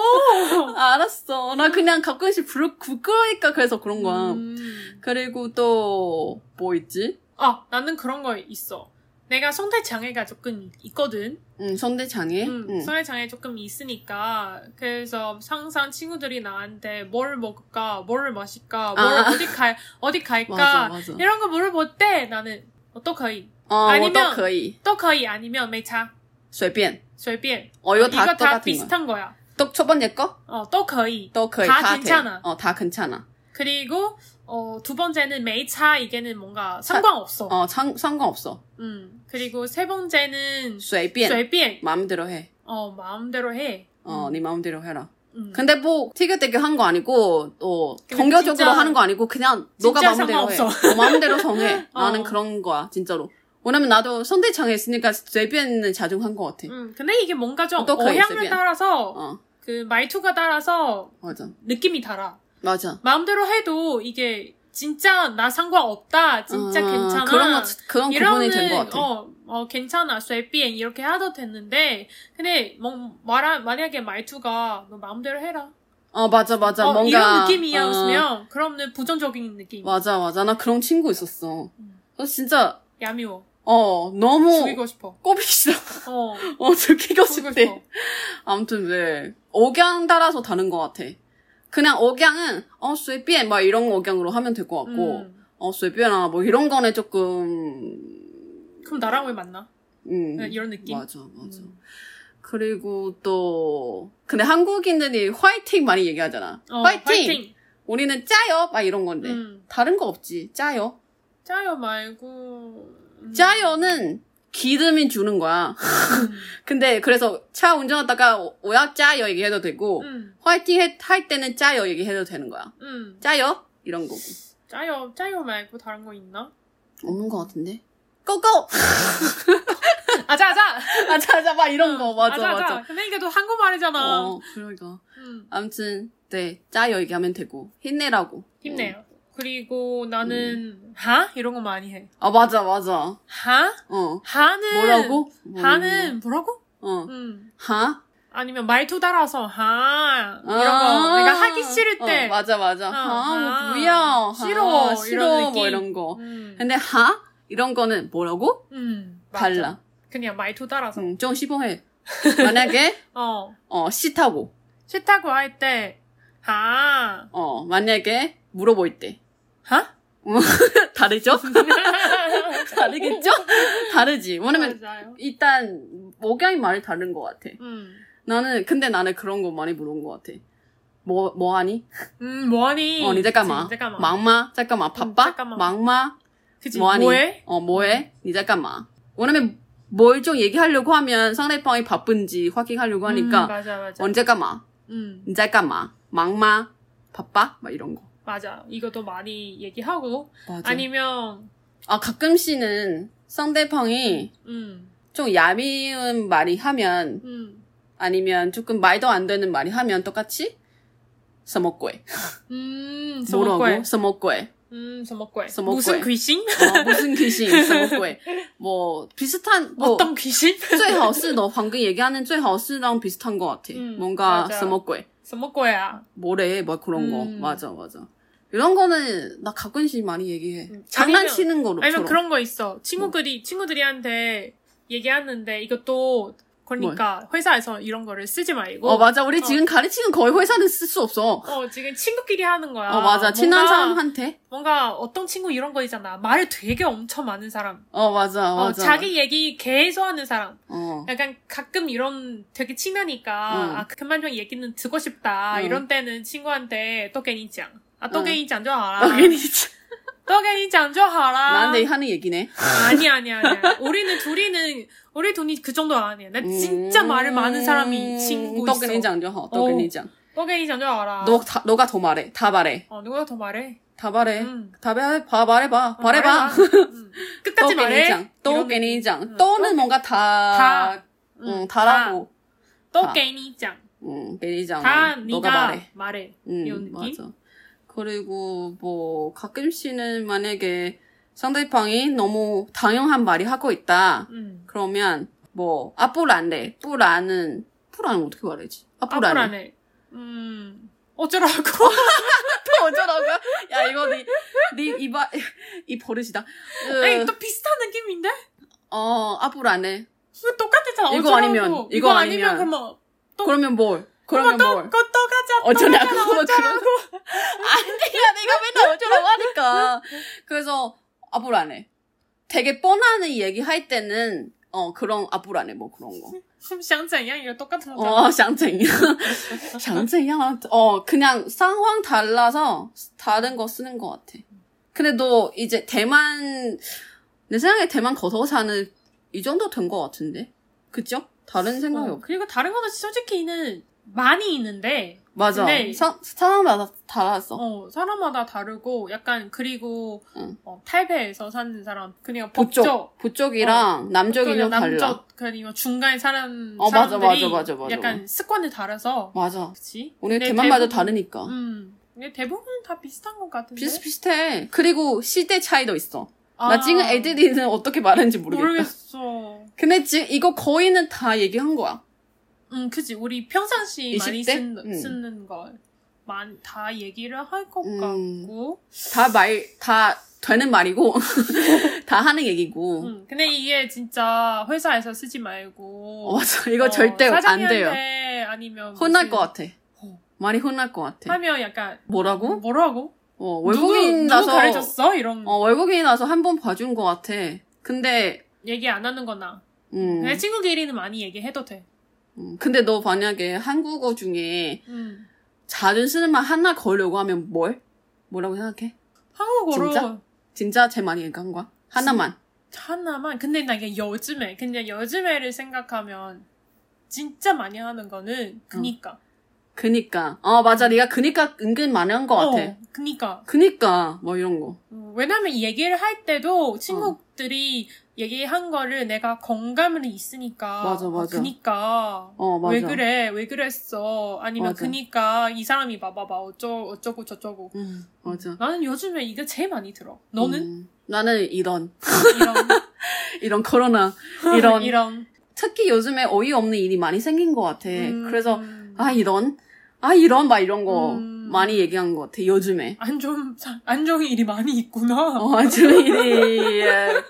[SPEAKER 2] 아, 알았어. 나 그냥 가끔씩 부러, 부끄러우니까 그래서 그런 거야.
[SPEAKER 1] 음.
[SPEAKER 2] 그리고 또, 뭐 있지?
[SPEAKER 1] 아 나는 그런 거 있어 내가 성대 장애가 조금 있거든
[SPEAKER 2] 응, 성대장애.
[SPEAKER 1] 음,
[SPEAKER 2] 예? 응.
[SPEAKER 1] 성애 장애 조금 있으니까 그래서 항상 친구들이 나한테 뭘 먹을까, 뭘 마실까, 뭘
[SPEAKER 2] 아.
[SPEAKER 1] 어디 갈 어디 갈까
[SPEAKER 2] 맞아, 맞아.
[SPEAKER 1] 이런 거 물어볼 때 나는 어떡하이,
[SPEAKER 2] 어,
[SPEAKER 1] 아니면-
[SPEAKER 2] 我都可以.
[SPEAKER 1] 떡하이 아니면 매차,
[SPEAKER 2] 随便.
[SPEAKER 1] 随便
[SPEAKER 2] 어, 이거 다
[SPEAKER 1] 이거 다
[SPEAKER 2] 똑같은 거야.
[SPEAKER 1] 비슷한 거야.
[SPEAKER 2] 또첫 번째 거?
[SPEAKER 1] 어, 떡하이.
[SPEAKER 2] 또 거의
[SPEAKER 1] 다
[SPEAKER 2] 다
[SPEAKER 1] 괜찮아.
[SPEAKER 2] 돼. 어, 다 괜찮아.
[SPEAKER 1] 그리고 어, 두 번째는 매차 이게는 뭔가 상관없어.
[SPEAKER 2] 어, 상, 상관없어.
[SPEAKER 1] 음 그리고 세 번째는
[SPEAKER 2] 随便.
[SPEAKER 1] 随便
[SPEAKER 2] 마음대로 해.
[SPEAKER 1] 어 마음대로 해.
[SPEAKER 2] 어,
[SPEAKER 1] 음,
[SPEAKER 2] 네 마음대로 해라.
[SPEAKER 1] 음.
[SPEAKER 2] 근데 뭐, 티격태격 한 거 아니고, 어,
[SPEAKER 1] 근데
[SPEAKER 2] 공격적으로
[SPEAKER 1] 진짜-
[SPEAKER 2] 하는 거 아니고, 그냥 너가
[SPEAKER 1] 진짜
[SPEAKER 2] 마음대로 해.
[SPEAKER 1] 상관없어.
[SPEAKER 2] 어, 마음대로 정해.
[SPEAKER 1] (laughs) 어.
[SPEAKER 2] 나는 그런 거야, 진짜로. 왜냐면 나도 선대장애 있으니까 쇠변은 자주 한 거 같아.
[SPEAKER 1] 음, 근데 이게 뭔가 좀
[SPEAKER 2] 어떡하이,
[SPEAKER 1] 어향을
[SPEAKER 2] 随便.
[SPEAKER 1] 따라서
[SPEAKER 2] 어,
[SPEAKER 1] 그 말투가 따라서
[SPEAKER 2] 맞아.
[SPEAKER 1] 느낌이 달라.
[SPEAKER 2] 맞아.
[SPEAKER 1] 마음대로 해도 이게 진짜 나 상관없다, 진짜
[SPEAKER 2] 어,
[SPEAKER 1] 괜찮아.
[SPEAKER 2] 그런 거, 그런 구분이
[SPEAKER 1] 이러면은,
[SPEAKER 2] 된 거 같아.
[SPEAKER 1] 어, 어, 괜찮아, 쇠비엔 이렇게 하도 됐는데, 근데 뭐 말하, 만약에 말투가 너 마음대로 해라.
[SPEAKER 2] 어, 맞아, 맞아.
[SPEAKER 1] 어,
[SPEAKER 2] 뭔가.
[SPEAKER 1] 이런 느낌이야,
[SPEAKER 2] 어,
[SPEAKER 1] 으면 그러면 부정적인 느낌.
[SPEAKER 2] 맞아, 맞아. 나 그런 친구 있었어.
[SPEAKER 1] 음.
[SPEAKER 2] 그래서 진짜,
[SPEAKER 1] 야미워.
[SPEAKER 2] 어, 너무
[SPEAKER 1] 죽이고 싶어.
[SPEAKER 2] 꼬비기 싫어.
[SPEAKER 1] 어,
[SPEAKER 2] (laughs) 어, 들키고
[SPEAKER 1] 죽이고
[SPEAKER 2] 싶대.
[SPEAKER 1] 싶어.
[SPEAKER 2] 아무튼 왜 억양 따라서 다른 것 같아. 그냥 억양은 어 쇠비엔 막 이런 억양으로 하면 될 것 같고
[SPEAKER 1] 음.
[SPEAKER 2] 어 쇠비엔아 뭐 이런 거는 조금
[SPEAKER 1] 그럼 나랑 왜 만나?
[SPEAKER 2] 음
[SPEAKER 1] 네, 이런 느낌.
[SPEAKER 2] 맞아 맞아.
[SPEAKER 1] 음.
[SPEAKER 2] 그리고 또 근데 한국인들이 화이팅 많이 얘기하잖아.
[SPEAKER 1] 어,
[SPEAKER 2] 화이팅! 네.
[SPEAKER 1] 화이팅!
[SPEAKER 2] 우리는 짜요 막 이런 건데
[SPEAKER 1] 음.
[SPEAKER 2] 다른 거 없지 짜요.
[SPEAKER 1] 짜요 말고. 음.
[SPEAKER 2] 짜요는 기름이 주는 거야. (laughs)
[SPEAKER 1] 음.
[SPEAKER 2] 근데 그래서 차 운전하다가 오야 짜요 얘기해도 되고
[SPEAKER 1] 음,
[SPEAKER 2] 화이팅 해- 할 때는 짜요 얘기해도 되는 거야.
[SPEAKER 1] 음.
[SPEAKER 2] 짜요? 이런 거고.
[SPEAKER 1] 짜요, 짜요 말고 다른 거 있나?
[SPEAKER 2] 없는 것 같은데? 고고! (laughs)
[SPEAKER 1] 아자, 아자!
[SPEAKER 2] 아자, 아자, 막 이런 거. 맞아,
[SPEAKER 1] 아자, 아자.
[SPEAKER 2] 맞아.
[SPEAKER 1] 근데 이게 또 한국말이잖아.
[SPEAKER 2] 어, 그러니까.
[SPEAKER 1] 음,
[SPEAKER 2] 아무튼, 네, 짜요 얘기하면 되고. 힘내라고.
[SPEAKER 1] 힘내요. 그리고
[SPEAKER 2] 음.
[SPEAKER 1] 나는, 하? 이런 거 많이 해.
[SPEAKER 2] 어. 아, 맞아, 맞아.
[SPEAKER 1] 하?
[SPEAKER 2] 어.
[SPEAKER 1] 하는.
[SPEAKER 2] 뭐라고?
[SPEAKER 1] 하는, 뭐라고?
[SPEAKER 2] 어.
[SPEAKER 1] 음.
[SPEAKER 2] 하?
[SPEAKER 1] 아니면 말투 따라서, 하. 이런
[SPEAKER 2] 아.
[SPEAKER 1] 거. 내가 하기 싫을 때.
[SPEAKER 2] 어, 맞아, 맞아.
[SPEAKER 1] 어,
[SPEAKER 2] 하,
[SPEAKER 1] 하.
[SPEAKER 2] 뭐 뭐야.
[SPEAKER 1] 싫어,
[SPEAKER 2] 하,
[SPEAKER 1] 이런
[SPEAKER 2] 싫어.
[SPEAKER 1] 느낌.
[SPEAKER 2] 뭐 이런 거.
[SPEAKER 1] 음.
[SPEAKER 2] 근데 하? 이런 거는 뭐라고?
[SPEAKER 1] 음, 맞아.
[SPEAKER 2] 달라.
[SPEAKER 1] 그냥 말투 따라서.
[SPEAKER 2] 음, 좀 시범해. 만약에,
[SPEAKER 1] 어.
[SPEAKER 2] 어, 싫다고.
[SPEAKER 1] 싫다고 할 때,
[SPEAKER 2] (laughs)
[SPEAKER 1] 하.
[SPEAKER 2] 어, 만약에
[SPEAKER 1] (laughs)
[SPEAKER 2] 물어볼 때.
[SPEAKER 1] 하?
[SPEAKER 2] 다르죠?
[SPEAKER 1] (laughs)
[SPEAKER 2] 다르겠죠? 다르지. 왜냐면
[SPEAKER 1] 맞아요.
[SPEAKER 2] 일단 억양이 많이 다른 것 같아.
[SPEAKER 1] 음.
[SPEAKER 2] 나는 근데 나는 그런 거 많이 물어본 것 같아. 뭐 뭐하니?
[SPEAKER 1] 음, 뭐하니?
[SPEAKER 2] 어, 니 잠깐만.
[SPEAKER 1] 그치, 잠깐만.
[SPEAKER 2] 막마? 잠깐만. 바빠?
[SPEAKER 1] 잠깐만.
[SPEAKER 2] 막마?
[SPEAKER 1] 그치,
[SPEAKER 2] 뭐하니?
[SPEAKER 1] 뭐해?
[SPEAKER 2] 어 뭐해? 니 잠깐만. 왜냐면 뭘 좀 얘기하려고 하면 상대방이 바쁜지 확인하려고
[SPEAKER 1] 음,
[SPEAKER 2] 하니까
[SPEAKER 1] 맞아, 맞아.
[SPEAKER 2] 언제 잠깐만.
[SPEAKER 1] 음,
[SPEAKER 2] 니 잠깐만. 막마? 바빠? 막 이런 거.
[SPEAKER 1] 맞아. 이것도 많이 얘기하고.
[SPEAKER 2] 맞아.
[SPEAKER 1] 아니면
[SPEAKER 2] 아 가끔씩은 상대방이
[SPEAKER 1] 음,
[SPEAKER 2] 좀 야미운 말이 하면
[SPEAKER 1] 음,
[SPEAKER 2] 아니면 조금 말도 안 되는 말이 하면 똑같이 서먹고해.
[SPEAKER 1] 음,
[SPEAKER 2] 뭐라고?
[SPEAKER 1] 서먹고해.
[SPEAKER 2] 서먹고해.
[SPEAKER 1] 음, 서먹고해.
[SPEAKER 2] 서먹고해.
[SPEAKER 1] 무슨 귀신?
[SPEAKER 2] 어, 무슨 귀신? 서먹고해. 뭐 비슷한 뭐
[SPEAKER 1] 어떤 귀신? (laughs)
[SPEAKER 2] 最好是너 방금 얘기하는 最好是랑 비슷한 것 같아.
[SPEAKER 1] 음,
[SPEAKER 2] 뭔가
[SPEAKER 1] 맞아.
[SPEAKER 2] 서먹고해.
[SPEAKER 1] 서먹고야.
[SPEAKER 2] 뭐래? 막 그런 거.
[SPEAKER 1] 음.
[SPEAKER 2] 맞아, 맞아. 이런 거는 나 가끔씩 많이 얘기해.
[SPEAKER 1] 음.
[SPEAKER 2] 장난치는 거로. 뭐?
[SPEAKER 1] 아니면 그런 거 있어. 친구들이 친구들이한테 얘기하는데 이것도 그러니까 회사에서 이런 거를 쓰지 말고.
[SPEAKER 2] 뭐? 어, 맞아. 우리 지금 가르치는 거의 회사는 쓸 수 없어.
[SPEAKER 1] 어, 지금 친구끼리 하는 거야.
[SPEAKER 2] 어, 맞아. 친한
[SPEAKER 1] 뭔가-
[SPEAKER 2] 사람한테.
[SPEAKER 1] 뭔가 어떤 친구 이런 거이잖아. 말을 되게 엄청 많은 사람.
[SPEAKER 2] 어, 맞아.
[SPEAKER 1] 어,
[SPEAKER 2] 맞아.
[SPEAKER 1] 자기 얘기 계속 하는 사람.
[SPEAKER 2] 어.
[SPEAKER 1] 약간 가끔 이런 되게 친하니까
[SPEAKER 2] 응.
[SPEAKER 1] 아, 그만 좀 얘기는 듣고 싶다.
[SPEAKER 2] 응.
[SPEAKER 1] 이런 때는 친구한테 또괜니짱 아, 또
[SPEAKER 2] 응.
[SPEAKER 1] 괜니짱 좋아라.
[SPEAKER 2] 어, 괜히 진짜
[SPEAKER 1] 또괜니짱 좋아라.
[SPEAKER 2] 나한테 하는 얘기네.
[SPEAKER 1] 아니 아니 아니. 우리는 둘이는 우리 돈이 그 정도 아니야. 나 진짜
[SPEAKER 2] 음,
[SPEAKER 1] 말을 많은 사람이 친구 있어.
[SPEAKER 2] 떡그린장 좋아. 떡그린장.
[SPEAKER 1] 또괜니짱 좋아라.
[SPEAKER 2] 너 다, 너가 더 말해. 다 말해.
[SPEAKER 1] 어, 누가 더 말해?
[SPEAKER 2] 다 말해.
[SPEAKER 1] 응.
[SPEAKER 2] 다 말해. 봐 말해봐.
[SPEAKER 1] 음. 어,
[SPEAKER 2] 말해봐.
[SPEAKER 1] 응. 끝까지 말해.
[SPEAKER 2] 떡그린장.
[SPEAKER 1] 응.
[SPEAKER 2] 떡그린장. 떠는 뭔가 다.
[SPEAKER 1] 음. 다.
[SPEAKER 2] 아,
[SPEAKER 1] 음,
[SPEAKER 2] 응, 다라고. 음,
[SPEAKER 1] 또
[SPEAKER 2] 다.
[SPEAKER 1] 괜니짱
[SPEAKER 2] 응, 베리장.
[SPEAKER 1] 다
[SPEAKER 2] 너가
[SPEAKER 1] 네가
[SPEAKER 2] 말해.
[SPEAKER 1] 말해. 이런
[SPEAKER 2] 응,
[SPEAKER 1] 느낌?
[SPEAKER 2] 맞아. 그리고 뭐 가끔씩은 만약에 상대방이 너무 당연한 말이 하고 있다.
[SPEAKER 1] 응.
[SPEAKER 2] 그러면 뭐 아뿔안돼. 뿔안은 뿔안은 어떻게 말하지? 아뿔안해.
[SPEAKER 1] 앞으로는 음 어쩌라고.
[SPEAKER 2] 또 (laughs) 어쩌라고? 야 이거 네네 이바 이 버릇이다. 그,
[SPEAKER 1] 에이 또 비슷한 느낌인데?
[SPEAKER 2] 어 아뿔안해.
[SPEAKER 1] 이거 똑같잖아.
[SPEAKER 2] 이거
[SPEAKER 1] 어쩌라고.
[SPEAKER 2] 아니면,
[SPEAKER 1] 이거,
[SPEAKER 2] 이거
[SPEAKER 1] 아니면
[SPEAKER 2] 아니면.
[SPEAKER 1] 그러면 또-
[SPEAKER 2] 그러면 뭘? 그러면
[SPEAKER 1] 그러면 또
[SPEAKER 2] 뭘?
[SPEAKER 1] 그거 또 가자. 또
[SPEAKER 2] 어쩌라고,
[SPEAKER 1] 가자,
[SPEAKER 2] 뭐 그런
[SPEAKER 1] 어쩌라고.
[SPEAKER 2] 야 내가 맨날 어쩌라고 하니까. 그래서 아뿔안해. 되게 뻔한 얘기 할 때는 어 그런 아뿔안해 뭐 그런 거.
[SPEAKER 1] 그럼 샹짱이랑 이거 똑같은 거잖아.
[SPEAKER 2] 어, 샹쟁이야. (laughs) 샹쟁이야. 어, 그냥 상황 달라서 다른 거 쓰는 것 같아. 근데 너 이제 대만, 내 생각에 대만 거서사는 이 정도 된 것 같은데? 그죠? 다른 생각이
[SPEAKER 1] 어,
[SPEAKER 2] 없.
[SPEAKER 1] 그리고 다른 거는 솔직히는 많이 있는데
[SPEAKER 2] 맞아.
[SPEAKER 1] 근데-
[SPEAKER 2] 사, 상황마다 달랐어.
[SPEAKER 1] 어, 사람마다 다르고 약간 그리고
[SPEAKER 2] 응.
[SPEAKER 1] 어, 탈배에서 사는 사람 그냥 법조
[SPEAKER 2] 북쪽, 북쪽이랑 남쪽이랑
[SPEAKER 1] 남쪽
[SPEAKER 2] 달라.
[SPEAKER 1] 그리고 중간에 사람
[SPEAKER 2] 어, 맞아,
[SPEAKER 1] 사람들이
[SPEAKER 2] 맞아, 맞아, 맞아.
[SPEAKER 1] 약간 습관이 달라서
[SPEAKER 2] 맞아.
[SPEAKER 1] 그치?
[SPEAKER 2] 우리
[SPEAKER 1] 근데
[SPEAKER 2] 대만마다
[SPEAKER 1] 대부분-
[SPEAKER 2] 다르니까.
[SPEAKER 1] 음 근데 대부분 다 비슷한 것 같은데
[SPEAKER 2] 비슷비슷해. 그리고 시대 차이도 있어.
[SPEAKER 1] 아,
[SPEAKER 2] 나 지금 애들이는 어떻게 말하는지 모르겠다.
[SPEAKER 1] 모르겠어
[SPEAKER 2] 근데 지금 이거 거의는 다 얘기한 거야.
[SPEAKER 1] 음 그치 우리 평상시 많이
[SPEAKER 2] 20대?
[SPEAKER 1] 쓴,
[SPEAKER 2] 음.
[SPEAKER 1] 쓰는 걸다 얘기를 할 것
[SPEAKER 2] 음.
[SPEAKER 1] 같고
[SPEAKER 2] 다 말, 다 되는 말이고, (laughs) 다 하는 얘기고.
[SPEAKER 1] 음, 근데 이게 진짜 회사에서 쓰지 말고
[SPEAKER 2] 어, 맞아. 이거
[SPEAKER 1] 어,
[SPEAKER 2] 절대 안
[SPEAKER 1] 사장님한테
[SPEAKER 2] 돼요.
[SPEAKER 1] 아니면
[SPEAKER 2] 혼날
[SPEAKER 1] 무슨-
[SPEAKER 2] 것 같아.
[SPEAKER 1] 어.
[SPEAKER 2] 많이 혼날 것 같아.
[SPEAKER 1] 하면 약간
[SPEAKER 2] 뭐라고?
[SPEAKER 1] 뭐라고?
[SPEAKER 2] 어,
[SPEAKER 1] 누구, 누구
[SPEAKER 2] 외국인이라서,
[SPEAKER 1] 가르쳤어? 이런
[SPEAKER 2] 어, 외국인이라서 한 번 봐준 것 같아. 근데,
[SPEAKER 1] 얘기 안 하는 거나
[SPEAKER 2] 음,
[SPEAKER 1] 그냥 친구끼리는 많이 얘기해도 돼.
[SPEAKER 2] 음, 근데 너 만약에 한국어 중에
[SPEAKER 1] 음.
[SPEAKER 2] 자주 쓰는 말 하나 걸려고 하면 뭘? 뭐라고 생각해?
[SPEAKER 1] 한국어로
[SPEAKER 2] 진짜? 진짜 제일 많이 얘기한 거야? 하나만.
[SPEAKER 1] 하나만 근데 나 이게 요즘에 근데 요즘에를 생각하면 진짜 많이 하는 거는 그니까
[SPEAKER 2] 그니까. 어, 맞아. 네가 그니까 은근 많이 한 것 같아.
[SPEAKER 1] 어, 그니까
[SPEAKER 2] 그니까, 뭐 이런 거.
[SPEAKER 1] 어, 왜냐면 이 얘기를 할 때도 친구들이 얘기한 거를 내가 공감을 있으니까
[SPEAKER 2] 맞아, 맞아.
[SPEAKER 1] 아, 그니까
[SPEAKER 2] 어, 맞아.
[SPEAKER 1] 왜 그래 왜 그랬어 아니면
[SPEAKER 2] 맞아.
[SPEAKER 1] 그니까 이 사람이 봐봐봐 어쩌 어쩌고 저쩌고
[SPEAKER 2] 음, 맞아.
[SPEAKER 1] 나는 요즘에 이게 제일 많이 들어 너는
[SPEAKER 2] 음, 나는 이런
[SPEAKER 1] 이런
[SPEAKER 2] 이런 코로나 (laughs) 이런
[SPEAKER 1] (laughs) 이런
[SPEAKER 2] 특히 요즘에 어이없는 일이 많이 생긴 것 같아.
[SPEAKER 1] 음,
[SPEAKER 2] 네, 그래서 아 이런 아 이런 막 이런 거
[SPEAKER 1] 음.
[SPEAKER 2] 많이 얘기한 것 같아 요즘에.
[SPEAKER 1] 안 좋은 사- 안 좋은 일이 많이 있구나
[SPEAKER 2] 어 아주 일이 (laughs)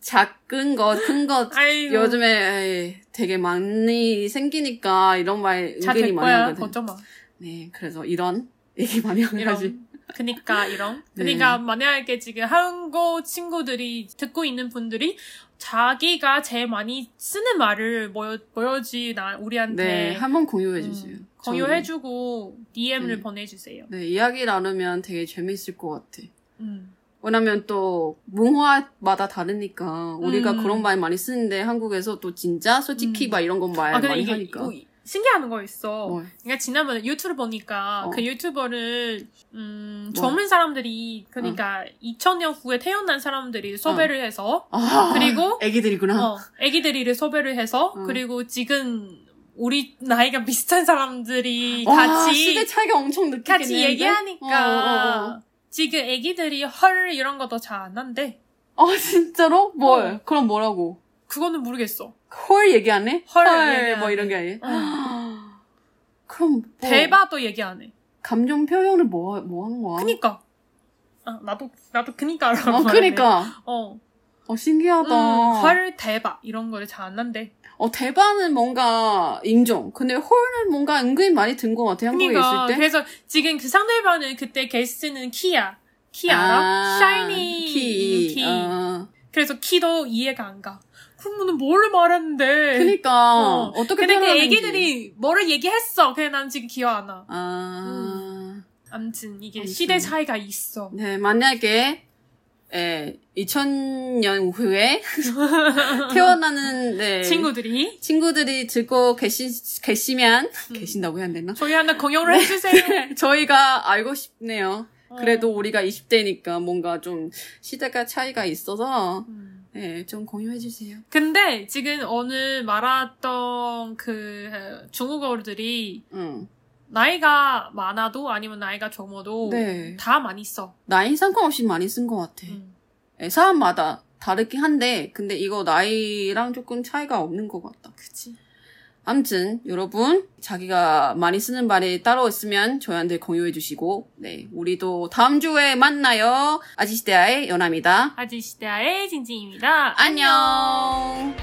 [SPEAKER 2] 작은 거 큰 거
[SPEAKER 1] 아이고
[SPEAKER 2] 요즘에 에이, 되게 많이 생기니까 이런 말
[SPEAKER 1] 잘
[SPEAKER 2] 은근히
[SPEAKER 1] 될
[SPEAKER 2] 많이
[SPEAKER 1] 거야
[SPEAKER 2] 하거든.
[SPEAKER 1] 걱정
[SPEAKER 2] (laughs)
[SPEAKER 1] 마
[SPEAKER 2] 네 그래서 이런 얘기 많이 하지.
[SPEAKER 1] 이런 그니까 이런
[SPEAKER 2] 네.
[SPEAKER 1] 그니까 만약에 지금 한국 친구들이 듣고 있는 분들이 자기가 제일 많이 쓰는 말을 뭐여, 뭐여지 나 우리한테
[SPEAKER 2] 네 한번 공유해
[SPEAKER 1] 음,
[SPEAKER 2] 주세요.
[SPEAKER 1] 공유해주고 DM을
[SPEAKER 2] 음.
[SPEAKER 1] 보내주세요
[SPEAKER 2] 네 이야기 나누면 되게 재밌을 것 같아.
[SPEAKER 1] 음.
[SPEAKER 2] 왜냐면 또 문화마다 다르니까 우리가
[SPEAKER 1] 음.
[SPEAKER 2] 그런 말 많이 쓰는데 한국에서 또 진짜 솔직히
[SPEAKER 1] 음.
[SPEAKER 2] 막 이런 건말
[SPEAKER 1] 아 근데
[SPEAKER 2] 많이
[SPEAKER 1] 이게
[SPEAKER 2] 하니까
[SPEAKER 1] 이거 신기한 거 있어
[SPEAKER 2] 뭘.
[SPEAKER 1] 그러니까 지난번에 유튜브 보니까
[SPEAKER 2] 어.
[SPEAKER 1] 그 유튜버를 음,
[SPEAKER 2] 뭐야? 어.
[SPEAKER 1] 젊은 사람들이 그러니까 2000년 후에 태어난 사람들이 섭외를 해서
[SPEAKER 2] 아,
[SPEAKER 1] 그리고-
[SPEAKER 2] 애기들이구나
[SPEAKER 1] 어, 애기들이를 섭외를 해서
[SPEAKER 2] 어.
[SPEAKER 1] 그리고 지금 우리 나이가 비슷한 사람들이
[SPEAKER 2] 와, 아, 시대
[SPEAKER 1] 같이
[SPEAKER 2] 차이가 엄청 느끼겠는데
[SPEAKER 1] 같이 얘기하니까
[SPEAKER 2] 어, 어, 어.
[SPEAKER 1] 지금 애기들이 헐 이런 것도 잘 안 한대.
[SPEAKER 2] 아 진짜로? 뭘?
[SPEAKER 1] 어.
[SPEAKER 2] 그럼 뭐라고?
[SPEAKER 1] 그거는 모르겠어.
[SPEAKER 2] 헐 얘기 안 해?
[SPEAKER 1] 헐
[SPEAKER 2] 헐
[SPEAKER 1] 얘기 안
[SPEAKER 2] 뭐
[SPEAKER 1] 해.
[SPEAKER 2] 이런 게 아니에요?
[SPEAKER 1] 응.
[SPEAKER 2] (gasps) 그럼 뭐,
[SPEAKER 1] 대바도 얘기 안 해.
[SPEAKER 2] 감정 표현을 뭐, 뭐 한 거야?
[SPEAKER 1] 그니까. 아, 나도 나도 그니까라고.
[SPEAKER 2] 어,
[SPEAKER 1] 말하네.
[SPEAKER 2] 그니까
[SPEAKER 1] 어.
[SPEAKER 2] 어 신기하다
[SPEAKER 1] 음, 헐 대바 이런 거를 잘 안 한대.
[SPEAKER 2] 어, 대만은 뭔가 인종. 근데 홀은 뭔가 은근히 많이 든 것 같아, 한국에
[SPEAKER 1] 그러니까
[SPEAKER 2] 있을 때.
[SPEAKER 1] 그래서 지금 그 상대방은 그때 게스트는 키야. 키 알아? 샤이니 키.
[SPEAKER 2] 키. 아.
[SPEAKER 1] 그래서 키도 이해가 안 가. 그러면 뭘 말했는데?
[SPEAKER 2] 그니까, 어. 떻게
[SPEAKER 1] 근데 그
[SPEAKER 2] 표현하는지.
[SPEAKER 1] 애기들이 뭐를 얘기했어. 근데 난 지금 기억 안 나.
[SPEAKER 2] 아.
[SPEAKER 1] 암튼 이게
[SPEAKER 2] 아무튼.
[SPEAKER 1] 시대 차이가 있어.
[SPEAKER 2] 네, 만약에, 예, 2000년 후에 (laughs) 태어나는, 네.
[SPEAKER 1] 친구들이
[SPEAKER 2] 친구들이 듣고 계시, 계시면,
[SPEAKER 1] 음.
[SPEAKER 2] 계신다고 해야 되나?
[SPEAKER 1] 저희 하나 공연을 해주세요.
[SPEAKER 2] (laughs) 저희가 알고 싶네요.
[SPEAKER 1] 어.
[SPEAKER 2] 네. 그래도 우리가 20대니까 뭔가 좀 시대가 차이가 있어서,
[SPEAKER 1] 음.
[SPEAKER 2] 네, 좀 공유해주세요.
[SPEAKER 1] 근데 지금 오늘 말았던 그 중국어들이
[SPEAKER 2] 응.
[SPEAKER 1] 나이가 많아도 아니면 나이가 적어도
[SPEAKER 2] 네.
[SPEAKER 1] 다 많이 써.
[SPEAKER 2] 나이 상관없이 많이 쓴 것 같아.
[SPEAKER 1] 음.
[SPEAKER 2] 예, 사람마다 다르긴 한데, 근데 이거 나이랑 조금 차이가 없는 것 같다.
[SPEAKER 1] 그치.
[SPEAKER 2] 암튼, 여러분, 자기가 많이 쓰는 말이 따로 있으면 저희한테 공유해주시고, 네, 우리도 다음 주에 만나요. 아지시대아의 연아입니다.
[SPEAKER 1] 아지시대아의 진진입니다.
[SPEAKER 2] 안녕!